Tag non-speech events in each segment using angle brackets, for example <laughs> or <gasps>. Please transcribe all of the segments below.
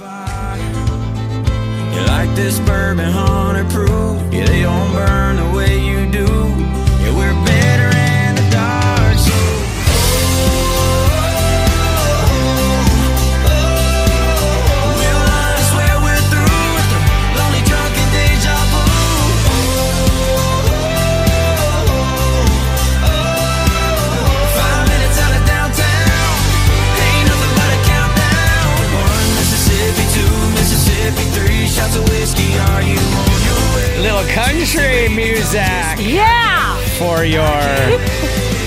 You like this bourbon, hundred proof. Yeah, they don't burn the way you do. Yeah, we're better in the dark. So, we'll lie, swear we're through with the lonely drunken deja vu. Five minutes out of downtown, ain't nothing but a countdown. One Mississippi, two Mississippi, three shots of whiskey. Are you on your way? Little country music Yeah. for your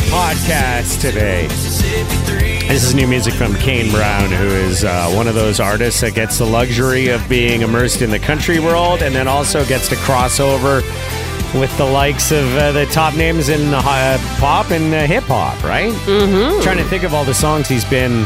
podcast today. Mississippi, three. This is new music from Kane Brown, who is uh, one of those artists that gets the luxury of being immersed in the country world and then also gets to cross over with the likes of uh, the top names in the hi- pop and uh, hip hop, right? Mm-hmm. Trying to think of all the songs he's been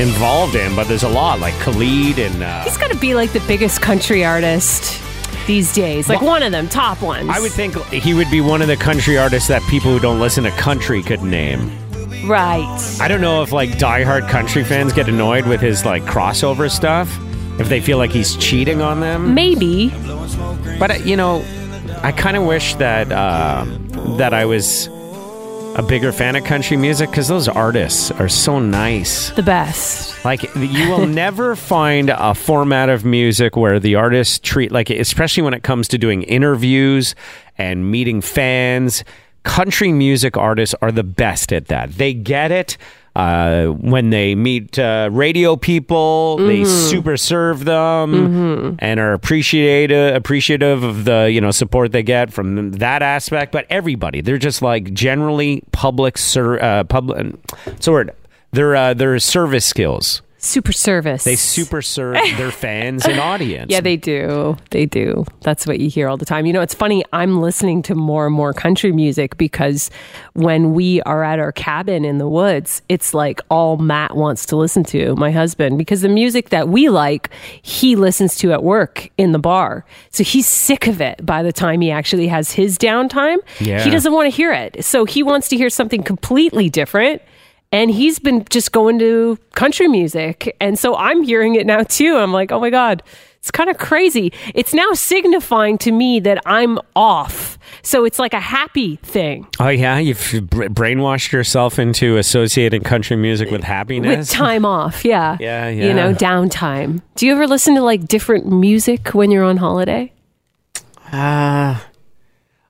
involved in, but there's a lot like Khalid and. Uh, He's got to be like the biggest country artist these days. Like one of them, top ones. I would think he would be one of the country artists that people who don't listen to country could name. Right. I don't know if like diehard country fans get annoyed with his like crossover stuff, if they feel like he's cheating on them. Maybe. But uh, you know, I kind of wish that uh, that I was a bigger fan of country music because those artists are so nice. The best. Like you will never find a format of music where the artists treat like especially when it comes to doing interviews and meeting fans. Country music artists are the best at that. They get it. Uh, when they meet uh, radio people, they super serve them and are appreciative appreciative of the you know support they get from that aspect. But everybody, they're just like generally public ser- uh, public. So word their uh, their service skills. Super service. They super serve <laughs> their fans and audience. Yeah, they do. They do. That's what you hear all the time. You know, it's funny. I'm listening to more and more country music because when we are at our cabin in the woods, it's like all Matt wants to listen to, my husband, because the music that we like, he listens to at work in the bar. So he's sick of it by the time he actually has his downtime. Yeah. He doesn't want to hear it. So he wants to hear something completely different and he's been just going to country music and so i'm hearing it now too i'm like oh my god it's kind of crazy it's now signifying to me that i'm off so it's like a happy thing oh yeah, you've br- brainwashed yourself into associating country music with <laughs> with happiness. time off yeah Yeah, you know yeah. downtime do you ever listen to like different music when you're on holiday Uh,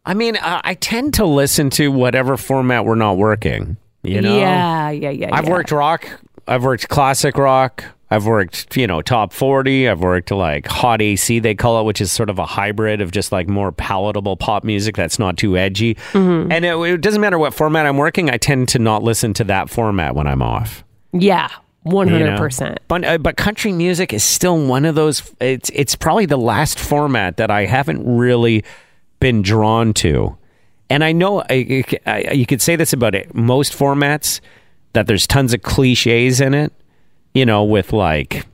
I mean, I, I tend to listen to whatever format we're not working. You know, yeah yeah yeah I've yeah. worked rock. I've worked classic rock. I've worked, you know, top 40. I've worked like hot AC, they call it, which is sort of a hybrid of just like more palatable pop music that's not too edgy. Mm-hmm. And it, it doesn't matter what format I'm working, I tend to not listen to that format when I'm off. yeah you know? 100% But, uh, but country music is still one of those, it's, it's probably the last format that I haven't really been drawn to. And I know I, I, you could say this about it, most formats, that there's tons of cliches in it, you know, with like,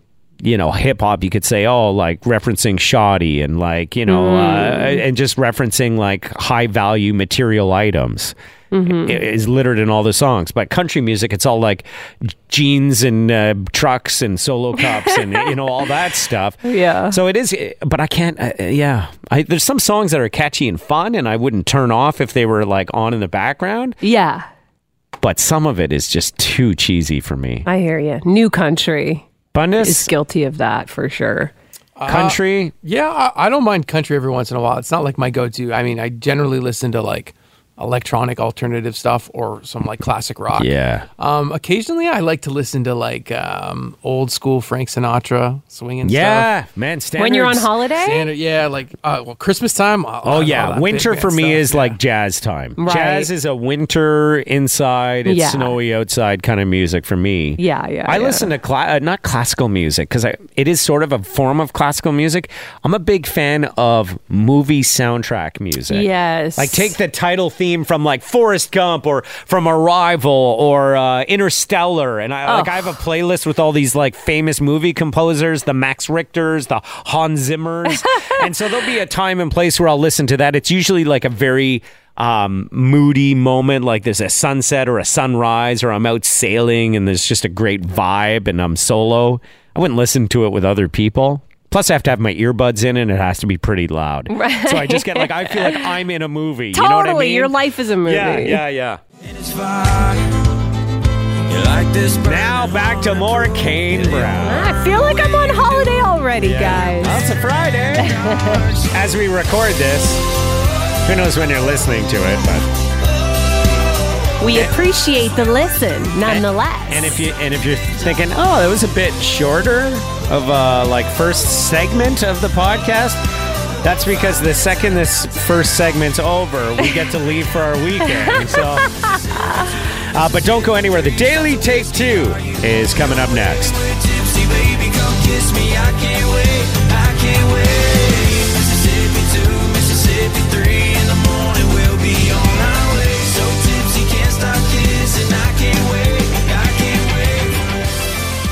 you know, hip hop, you could say, oh, like referencing shoddy and like, you know, uh, Mm. and just referencing like high value material items Mm-hmm. i- is littered in all the songs. But country music, it's all like jeans and uh, trucks and solo cups and, you know, all <laughs> that stuff. Yeah. So it is, but I can't, uh, yeah. I, there's some songs that are catchy and fun and I wouldn't turn off if they were like on in the background, yeah but some of it is just too cheesy for me. i hear you new country is Bundes, guilty of that for sure country. Yeah, I, I don't mind country every once in a while. It's not like my go-to. I mean, I generally listen to like electronic alternative stuff or some like classic Uh, rock. Yeah. Um, occasionally, I like to listen to like um, old school Frank Sinatra swinging stuff. Yeah, man. Standards. when you're on holiday. Standard, yeah, like uh, well, Christmas time. I'll- Oh I'll- all yeah, that winter big for band me stuff, is yeah. like jazz time. Right. Jazz is a winter inside, it's Yeah. snowy outside kind of music for me. Yeah, yeah. I yeah. listen to cla- uh, not classical music because it is sort of a form of classical music. I'm a big fan of movie soundtrack music. Yes. Like take the title theme from like Forrest Gump or from Arrival or uh, Interstellar, and I like I have a playlist with all these like famous movie composers, the Max Richters, the Hans Zimmers, and so there'll be a time and place where I'll listen to that. It's usually like a very um, moody moment, like there's a sunset or a sunrise, or I'm out sailing and there's just a great vibe, and I'm solo. I wouldn't listen to it with other people. Plus, I have to have my earbuds in, and it has to be pretty loud. So I just get like I feel like I'm in a movie. totally. You know what I mean? Your life is a movie. Yeah, yeah, yeah. And it's fine. You like this burning Now back to more Kane Brown. I feel like I'm on holiday already, Well, guys. it's a Friday. As we record this, who knows when you're listening to it? But We appreciate the listen, nonetheless. and if you and if you're thinking, oh, that was a bit shorter of uh, like first segment of the podcast. That's because the second this first segment's over, we get to leave for our weekend. So, uh, but don't go anywhere. The Daily Take Two is coming up next. Tipsy baby, come kiss me. I can't wait. I can't wait. Mississippi two, Mississippi three. In the morning we'll be on our way. So tipsy, can't stop kissing. I can't wait. I can't wait.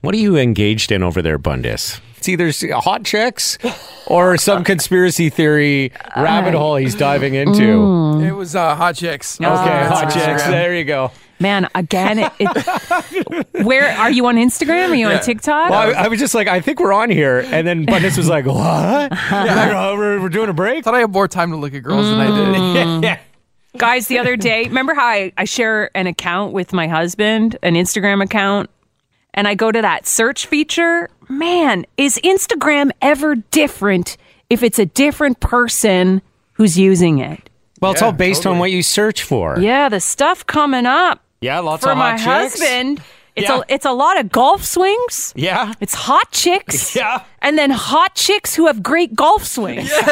What are you engaged in over there, Bundis? It's either s- uh, hot chicks or some conspiracy theory rabbit hole he's diving Mm. into. <laughs> It was uh, Hot Chicks. Oh, Okay, hot That's chicks. Instagram. There you go. Man, again, it, <laughs> it, where are you on Instagram? Are you on TikTok? Well, I, I was just like, I think we're on here, and then Bundis was like, "What? <laughs> Like, oh, we're, we're doing a break." Thought I had more time to look at girls than I did. yeah. Guys, the other day, remember how I, I share an account with my husband, an Instagram account, and I go to that search feature? Man, is Instagram ever different if it's a different person who's using it? Well, it's all based on what you search for. Yeah, the stuff coming up yeah, lots for of my hot chicks. husband, it's, Yeah. a, it's a lot of golf swings. Yeah, It's hot <laughs> chicks. Yeah. And then hot chicks who have great golf swings. <laughs>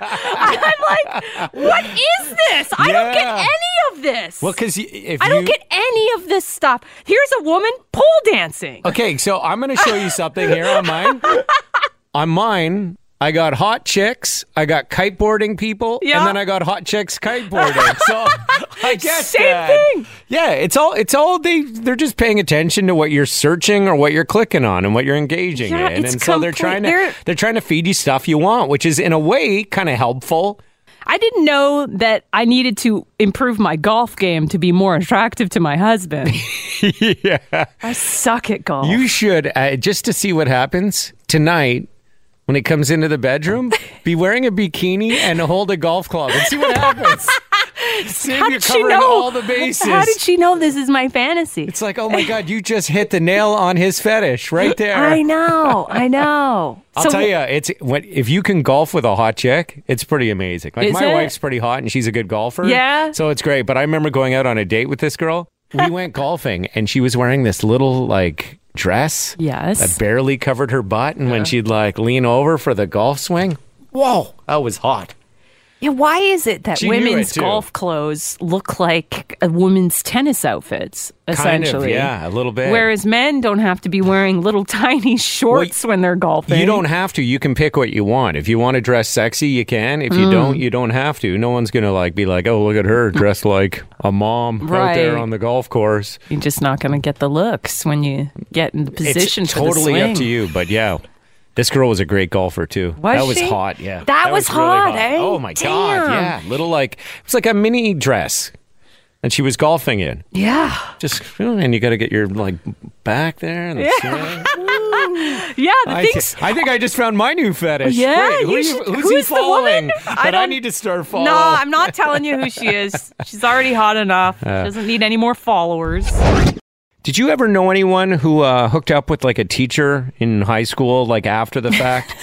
I'm like, what is this? I don't get Yeah. any of this. well, because if I don't you- get any of this stuff. Here's a woman pole dancing. Okay, so I'm going to show you something here on mine. on mine, I got hot chicks, I got kiteboarding people, Yeah. and then I got hot chicks <laughs> kiteboarding. so I guess Same thing. Yeah, it's all it's all they they're just paying attention to what you're searching or what you're clicking on and what you're engaging Yeah, in. it's and so they're complete- trying to they're- they're, trying to feed you stuff you want, which is in a way kind of helpful. I didn't know that I needed to improve my golf game to be more attractive to my husband. <laughs> yeah. I suck at golf. You should uh, just to see what happens tonight when it comes into the bedroom. be wearing a bikini and hold a golf club and see what <laughs> happens. see How if you're did she covering know? all the bases. How did she know this is my fantasy? it's like, oh my god, you just hit the nail on his fetish right there. <gasps> I know. <laughs> I know. I'll So- tell you, it's when, if you can golf with a hot chick, it's pretty amazing. Like Is my it? wife's pretty hot and she's a good golfer. Yeah? so it's great. But I remember going out on a date with this girl. <laughs> We went golfing and she was wearing this little like dress. Yes. that barely covered her butt. And when she'd like lean over for the golf swing, Whoa, that was hot. Yeah, why is it that She knew it, women's too. golf clothes look like a woman's tennis outfits, Kind of, essentially? yeah, a little bit. Whereas men don't have to be wearing little <laughs> tiny shorts when they're golfing. You don't have to. You can pick what you want. If you want to dress sexy, you can. If you Mm. don't, you don't have to. No one's gonna like be like, "Oh, look at her dressed like a mom out there Right. on the golf course." You're just not going to get the looks when you get in the position it's for the totally up to swing. you, but yeah. This girl was a great golfer too. Was that was she? hot, yeah. That was hot, eh? Oh my god, yeah. Little like it's like a mini dress. And she was golfing in. Yeah. Just and you got to get your like back there and the swing. Yeah, the I, things. thi- I think I just found my new fetish. Yeah, Wait, who you are should- who's, who he is the woman? following? I that I don't- need to start following. No, I'm not telling you who she <laughs> is. She's already hot enough. She doesn't need any more followers. Did you ever know anyone who uh, hooked up with like a teacher in high school, like after the <laughs> fact?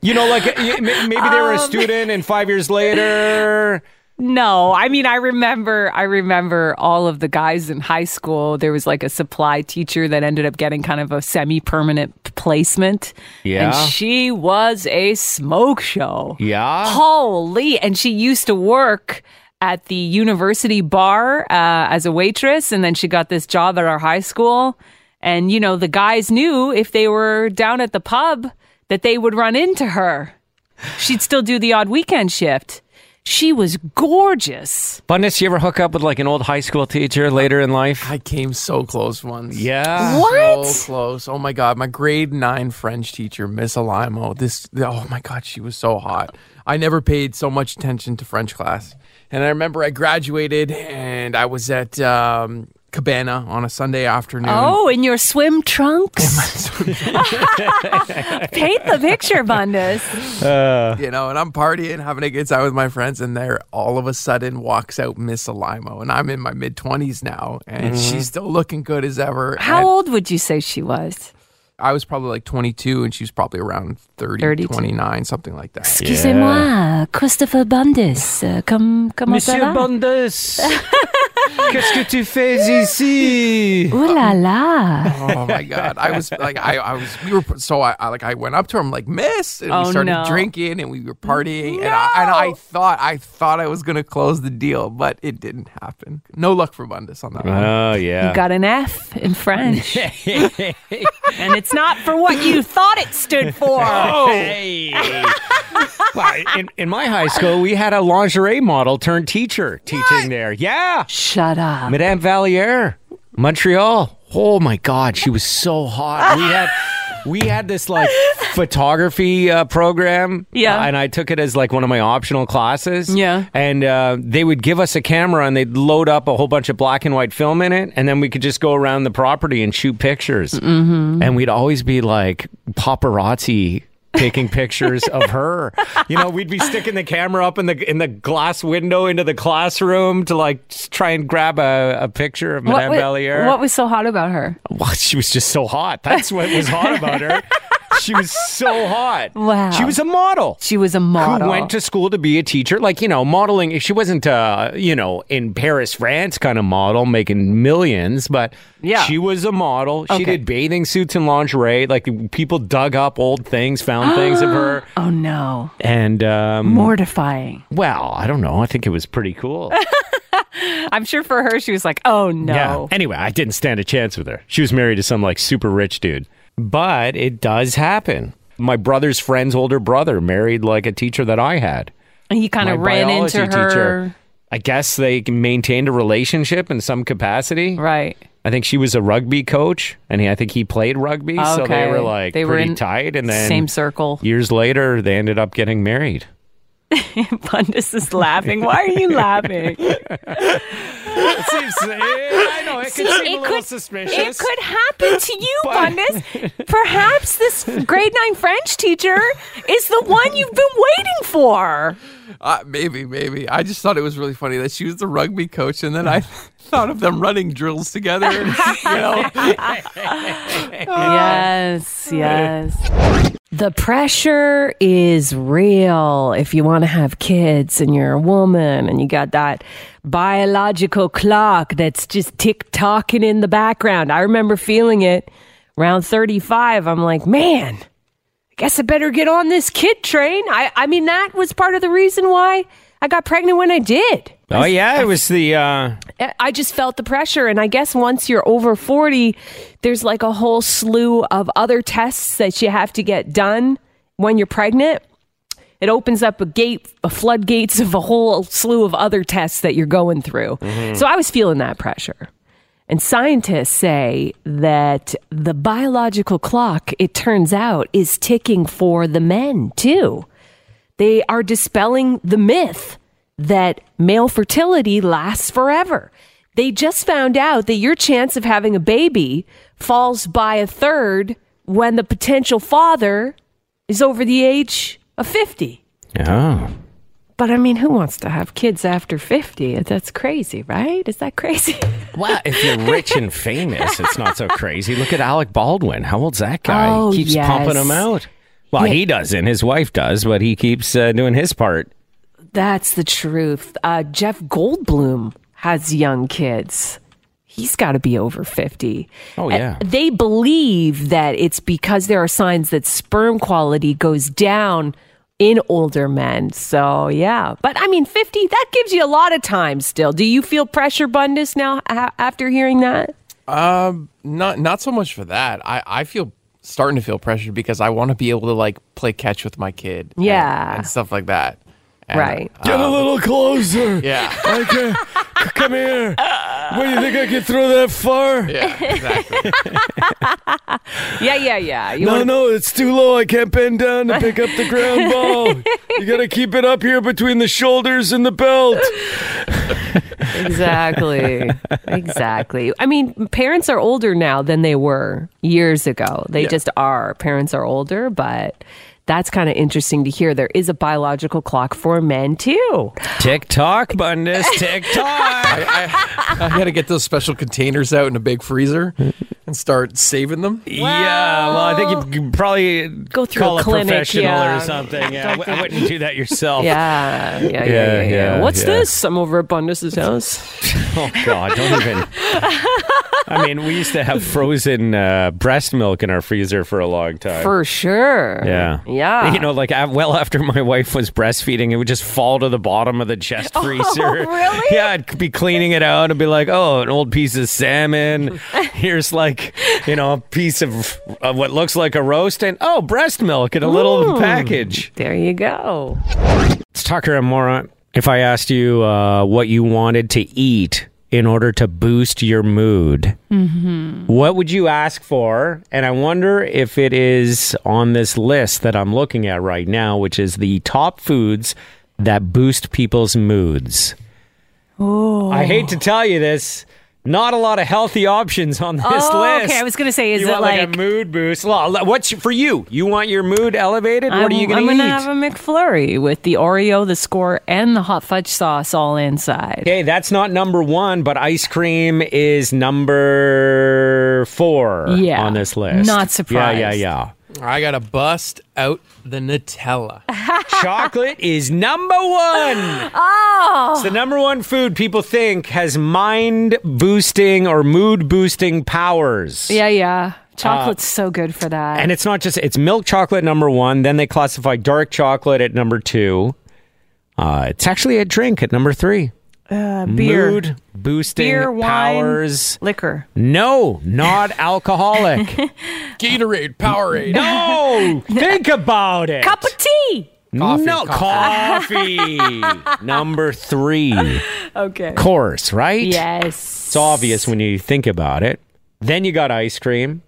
you know, like y- m- maybe they were Um, a student, and five years <laughs> later, No, I mean I remember I remember all of the guys in high school. There was like a supply teacher that ended up getting kind of a semi-permanent placement. Yeah. And she was a smoke show. Ah. yeah, Holy, and she used to work at the university bar uh, as a waitress and then she got this job at our high school and you know the guys knew if they were down at the pub that they would run into her. She'd still do the odd weekend shift. She was gorgeous. Bundes, you ever hook up with like an old high school teacher later in life? I came so close once. Yeah, What? So close. Oh my god, my grade nine French teacher, Miss Alimo. This oh my god, she was so hot. I never paid so much attention to French class. And I remember I graduated and I was at um, Cabana on a Sunday afternoon. Oh, in your swim trunks. <laughs> Paint the picture, Bundes. Oh. You know, and I'm partying, having a good time with my friends, and there all of a sudden walks out Miss Alimo. And I'm in my mid twenties now, and she's still looking good as ever. How And old would you say she was? I was probably like 22, and she was probably around 30, 32. 29, something like that. Excusez-moi, Christopher Bundes. Uh, come, come Bundes, <laughs> qu'est-ce que tu fais <laughs> ici? Ooh la la. <laughs> oh my god i was like i, I was we were so I, I like i went up to her i'm like miss and Oh, we started no. drinking and we were partying and, I, and i No. thought i thought i was gonna close the deal but it didn't happen no luck for bundes on that one Oh yeah, You got an F <laughs> in French. and it's not for what you thought it <laughs> stood for. Hey. <laughs> Well, in, in my high school, we had a lingerie model turned teacher teaching there. Yeah. Shut <laughs> up. Madame Valliere, Montreal. Oh my God, she was so hot. We had. We had this like photography uh, program, Yeah. and I took it as like one of my optional classes, Yeah. And uh, they would give us a camera, and they'd load up a whole bunch of black and white film in it, and then we could just go around the property and shoot pictures, mm-hmm. and we'd always be like paparazzi taking pictures of her. You know, we'd be sticking the camera up in the in the glass window into the classroom to like s- try and grab a, a picture of Madame wa- Valliere. what was so hot about her? Well, she was just so hot. That's what was hot about her. She was so hot. Wow. She was a model. She was a model. Who went to school to be a teacher? Like, you know, modeling. She wasn't, uh, you know, in Paris, France kind of model making millions, but Yeah. she was a model. She Okay. did bathing suits and lingerie. Like, people dug up old things, found things of <gasps> her. Oh no. And, um, Mortifying. well, I don't know. I think it was pretty cool. I'm sure for her she was like, "Oh <laughs> no." Yeah. Anyway, I didn't stand a chance with her. She was married to some like super rich dude. But it does happen. My brother's friend's older brother married like a teacher that I had. And he kind My of ran biology into her. teacher. I guess they maintained a relationship in some capacity. Right. <laughs> I think she was a rugby coach, and he, I think he played rugby, so they Okay. were like They were pretty in tight. And then same circle. years later, they ended up getting married. Bundes is laughing. Why are you laughing? <laughs> It seems, I know it See, It could happen to you, Bundes. Perhaps this grade nine French teacher is the one you've been waiting for. uh, maybe maybe i just thought it was really funny that she was the rugby coach and then i <laughs> thought of them running drills together <laughs> you know Yes, yes. The pressure is real if you want to have kids and you're a woman and you got that biological clock that's just tick tocking in the background. I remember feeling it around 35. I'm like, man, I guess I better get on this kid train. I, I mean, that was part of the reason why I got pregnant when I did. Oh yeah, it was the uh, I just felt the pressure. And I guess once you're over 40, there's like a whole slew of other tests that you have to get done when you're pregnant. It opens up a gate, a floodgates of a whole slew of other tests that you're going through. So I was feeling that pressure. And scientists say that the biological clock, it turns out, is ticking for the men too. They are dispelling the myth that male fertility lasts forever. They just found out that your chance of having a baby falls by a third when the potential father is over the age of 50. oh. But I mean, who wants to have kids after 50? That's crazy, right? Is that crazy? <laughs> Well, if you're rich and famous, it's not so crazy. Look at Alec Baldwin. How old's that guy? Oh, he keeps yes. pumping him out. Well, he doesn't. His wife does, but he keeps uh, doing his part. That's the truth. Uh, Jeff Goldblum has young kids. He's got to be over 50. Oh, yeah. Uh, They believe that it's because there are signs that sperm quality goes down in older men. So, yeah. But I mean, 50, that gives you a lot of time still. Do you feel pressure, Bundus, now a- after hearing that? Um, not not so much for that. I I feel starting to feel pressured because I want to be able to like play catch with my kid. and- Yeah. and, stuff like that. And, uh, Right. Get a little closer. Yeah. <laughs> Okay. Come here. What do you think I can throw that far? Yeah. Exactly. Yeah, yeah, yeah. You wanna- no, it's too low. I can't bend down to pick up the ground ball. You got to keep it up here between the shoulders and the belt. exactly. exactly. I mean, parents are older now than they were years ago. They just are. Parents are older, but that's kind of interesting to hear. There is a biological clock for men too. Tick tock, Bundus. Tick tock. <laughs> I, I, I got to get those special containers out in a big freezer and start saving them. yeah, well, I think you could probably Go through call a clinic, professional yeah. or something. Yeah, I w- I wouldn't do that yourself. Yeah. Yeah. Yeah. Yeah, Yeah. yeah. yeah, What's yeah. this? I'm over at Bundus's house. <laughs> Oh God, don't <laughs> even. I mean, we used to have frozen uh, breast milk in our freezer for a long time. For sure. yeah. Yeah. <laughs> You know, like I, well after my wife was breastfeeding, it would just fall to the bottom of the <laughs> chest freezer. Oh, really? <laughs> Yeah, I'd be cleaning it out and be like, oh, an old piece of <laughs> salmon. Here's like, you know, a piece of, of what looks like a roast and, oh, breast milk in a Mm. little package. There you go. It's Tucker and Mora. If I asked you uh, what you wanted to eat in order to boost your mood, Mm-hmm. what would you ask for? And I wonder if it is on this list that I'm looking at right now, which is the top foods that boost people's moods. Oh. I hate to tell you this. Not a lot of healthy options on this Oh, list. okay. I was gonna say, is you it want like, like- a mood boost? Well, What's for you? You want your mood elevated? What are you going I'm to gonna eat? have a McFlurry with the Oreo, the score, and the hot fudge sauce all inside. Okay, that's not number one, but ice cream is number four Yeah. on this list. Not surprised. Yeah, yeah, I got to bust out the Nutella. yeah. Chocolate <laughs> is number one. Oh, It's the number one food people think has mind boosting or mood boosting powers. Yeah, yeah. Ah. Chocolate's so good for that. And it's not just it's milk chocolate number one. Then they classify dark chocolate at number two. Uh, it's actually a drink at number three. uh, beer, Mood boosting beer, wine, powers. liquor. No, not alcoholic. Gatorade, <laughs> Powerade. No, think about it. Cup of tea. Coffee, no coffee. <laughs> Number three, Okay. course, right? Yes. It's obvious when you think about it. Then you got ice cream.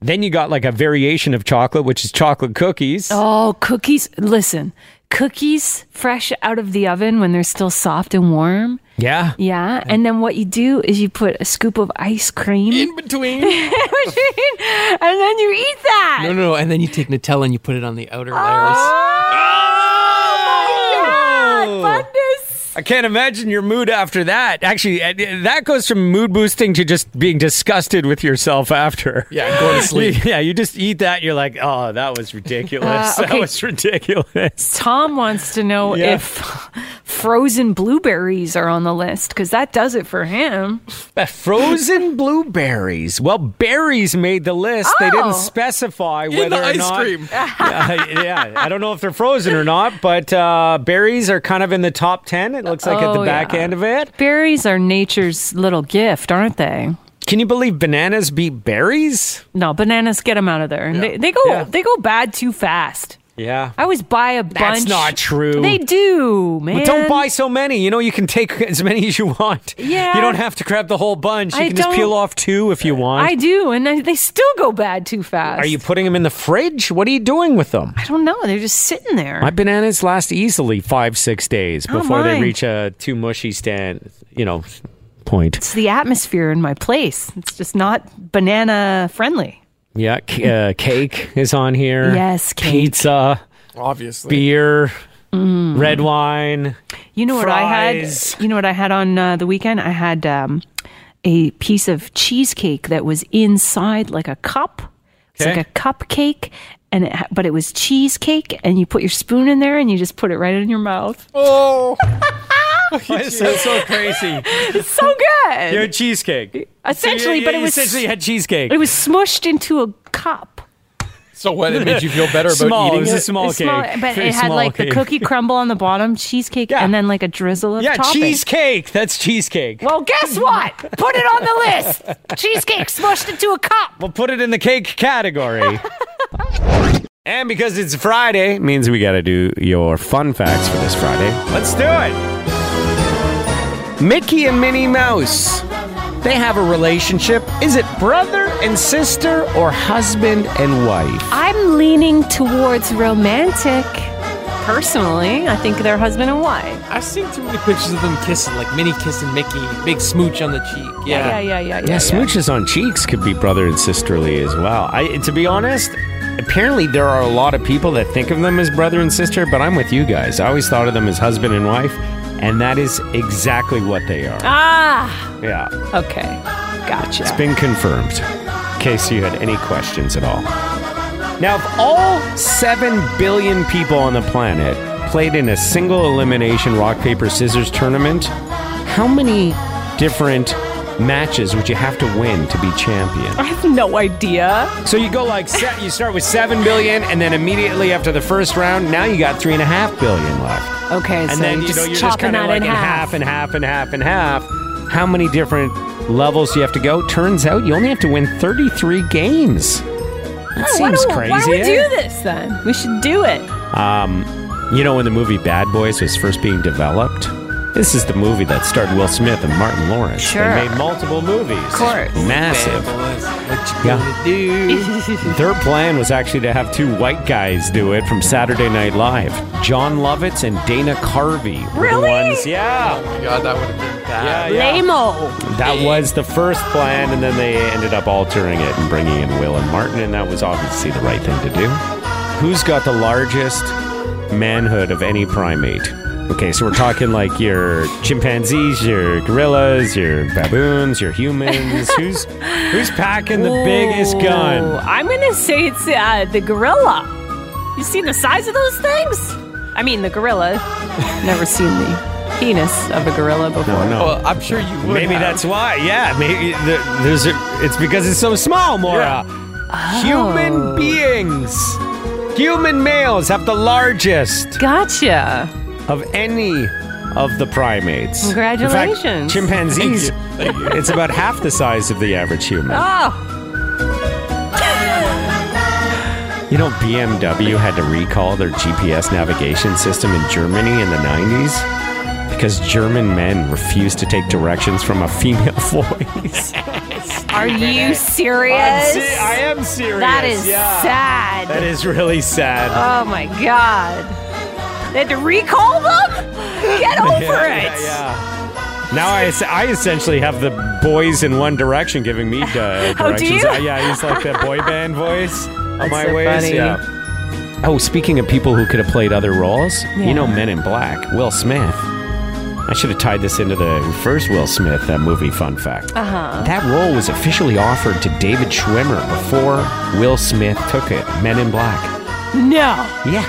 Then you got like a variation of chocolate, which is chocolate cookies. Oh, cookies. Listen, cookies fresh out of the oven when they're still soft and warm. Yeah. Yeah. And then what you do is you put a scoop of ice cream In <laughs> between. and then you eat that. No, no, no. And then you take Nutella and you put it on the outer layers. Oh, Oh! my God. Goodness. I can't imagine your mood after that. Actually, uh, that goes from mood boosting to just being disgusted with yourself after. Yeah, <laughs> go to sleep. Yeah, you just eat that. You're like, oh, <laughs> that was ridiculous. Uh, That <laughs> okay. was ridiculous. Tom wants to know Yeah. if <laughs> frozen blueberries are on the list because that does it for him. Uh, Frozen blueberries. Well, berries made the list. They Oh. didn't specify whether the ice or not. cream. <laughs> yeah, yeah, I don't know if they're frozen or not, but uh, berries are kind of in the top ten. It looks like at the Oh, back yeah. end of it. Berries are nature's little gift, aren't they? Can you believe bananas beat berries? No, bananas get them out of there. They, they go Yeah. they go bad too fast. Yeah. I always buy a bunch. That's not true. They do, man. But don't buy so many. You know, you can take as many as you want. Yeah. You don't have to grab the whole bunch. You I can just peel don't- off two if you want. I do, and I, they still go bad too fast. Are you putting them in the fridge? What are you doing with them? I don't know. They're just sitting there. My bananas last easily five, six days Oh, before they mine. reach a too mushy stand, you know, point. it's the atmosphere in my place. It's just not banana friendly. Yeah, <laughs> c- uh, cake is on here. Yes, cake. Pizza, Obviously. beer, Mm. red wine. You know what I Fries. had? You know what I had on uh, the weekend? I had um, a piece of cheesecake that was inside like a cup. It's Okay. like a cupcake, and it, ha- but it was cheesecake, and you put your spoon in there, and you just put it right in your mouth. Oh, Why is that so crazy? It's so good. Your cheesecake. essentially, You- but you it was essentially had cheesecake. it was smushed into a cup. so what? It made you feel better about small. It eating was a it? small It's small, cake. but Very it had small like cake. the cookie crumble on the bottom, cheesecake, Yeah. and then like a drizzle of Yeah, topping. cheesecake. That's cheesecake. Well, guess what? Put it on <laughs> the list. Cheesecake smushed into a cup. We'll put it in the cake category. and because it's Friday, means we got to do your fun facts for this Friday. Let's do it. Mickey and Minnie Mouse. They have a relationship. Is it brother and sister or husband and wife? I'm leaning towards romantic. Personally, I think they're husband and wife. I've seen too many pictures of them kissing, like Minnie kissing Mickey, big smooch on the cheek. Yeah, yeah, Yeah. yeah, yeah. Yeah, smooches on cheeks could be brother and sisterly as well. I, to be honest, apparently there are a lot of people that think of them as brother and sister, but I'm with you guys. I always thought of them as husband and wife, and that is exactly what they are. Ah, Yeah, okay. Gotcha. it's been confirmed. In case you had any questions at all. Now, if all 7 billion people on the planet played in a single elimination rock, paper, scissors tournament, how many different matches would you have to win to be champion? I have no idea. So you go like, se- you start with 7 billion, and then immediately after the first round, now you got 3.5 billion left Okay, and so then you know you're just you're just chopping kind of that like in half. and half and half and half. How many different levels do you have to go? Turns out you only have to win 33 games. That seems crazy. Oh, Why do we eh? do this then? We should do <laughs> it. Um, you know when the movie Bad Boys was first being developed? This is the movie that starred Will Smith and Martin Lawrence. Sure. They made multiple movies. Of course. Massive. What you Yeah. gonna do? Their plan was actually to have two white guys do it from Saturday Night Live. John Lovitz and Dana Carvey were Really? the ones. Yeah. Oh my God, that would have been Yeah, bad. yeah. Lamo. That was the first plan, and then they ended up altering it and bringing in Will and Martin, and that was obviously the right thing to do. Who's got the largest manhood of any primate? Okay, so we're talking like your chimpanzees, your gorillas, your baboons, your <laughs> humans. who's who's packing the biggest Ooh, gun? I'm gonna say it's uh, the gorilla. You seen the size of those things? I mean, the gorilla. Never seen the penis of a gorilla before. Oh no. Well, I'm sure you would. Maybe have. that's why. Yeah, maybe there, there's a, it's because it's so small, Mora. Human beings, human males have the largest Gotcha. of any of the primates. In fact, Congratulations. chimpanzees. It's about half the size of the average human. Oh, You know, BMW had to recall their GPS navigation system in Germany in the 90s because German men refused to take directions from a female <laughs> voice. are you serious? I'm se- I am serious. That is yeah. sad. That is really sad. Oh my god. They had to recall them? Get <laughs> over Yeah, it. yeah. Now I, es- I essentially have the boys in One Direction giving me uh, directions. <laughs> Oh, do you? Uh, yeah, he's like that <laughs> boy band voice on my so ways. funny. Yeah. Oh, speaking of people who could have played other roles, you know, Men in Black, Will Smith. I should have tied this into the first Will Smith uh, movie fun fact. Uh-huh. That role was officially offered to David Schwimmer before Will Smith took it. Men in Black. No. Yeah.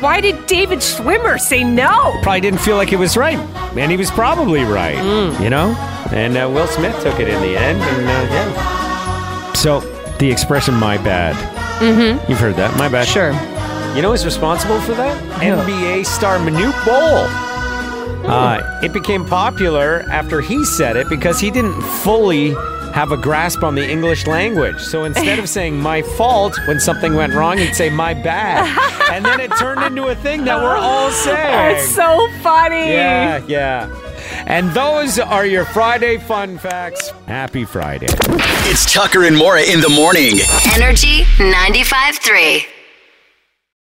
Why did David Schwimmer say no? Probably didn't feel like it was right, and he was probably right. Mm. You know, and uh, Will Smith took it in the end. And, uh, yeah. So the expression "my bad," mm-hmm. you've heard that. My bad. Sure. You know who's responsible for that? NBA star Manute Bol. Uh, it became popular after he said it because he didn't fully have a grasp on the English language. So instead <laughs> of saying my fault when something went wrong, he'd say my <laughs> bad. and then it turned into a thing that we're all saying. That's so funny. yeah, yeah. And those are your Friday fun facts. Happy Friday. It's Tucker and Mora in the morning. Energy 95.3.